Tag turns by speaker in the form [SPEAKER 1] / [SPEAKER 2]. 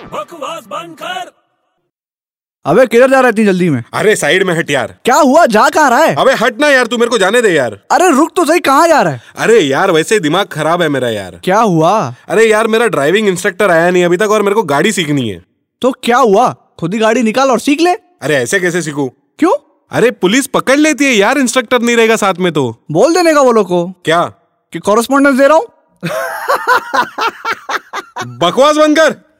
[SPEAKER 1] आवाज बंद कर
[SPEAKER 2] अबे किधर जा रहा है इतनी जल्दी में
[SPEAKER 3] अरे साइड में हट यार
[SPEAKER 2] क्या हुआ जा कहाँ रहा है
[SPEAKER 3] अबे हट ना यार तू मेरे को जाने दे यार
[SPEAKER 2] अरे रुक तो सही कहाँ जा रहा है
[SPEAKER 3] अरे यार वैसे ही दिमाग खराब है मेरा यार
[SPEAKER 2] क्या हुआ
[SPEAKER 3] अरे यार मेरा ड्राइविंग इंस्ट्रक्टर आया नहीं अभी तक और मेरे को गाड़ी सीखनी है
[SPEAKER 2] तो क्या हुआ खुद ही गाड़ी निकाल और सीख ले
[SPEAKER 3] अरे ऐसे कैसे सीखूं
[SPEAKER 2] क्यों
[SPEAKER 3] अरे पुलिस पकड़ लेती है यार इंस्ट्रक्टर नहीं रहेगा साथ में तो
[SPEAKER 2] बोल देने का वो लोग को
[SPEAKER 3] क्या
[SPEAKER 2] कि कॉरेस्पॉन्डेंस दे रहा हूँ
[SPEAKER 3] बकवास बनकर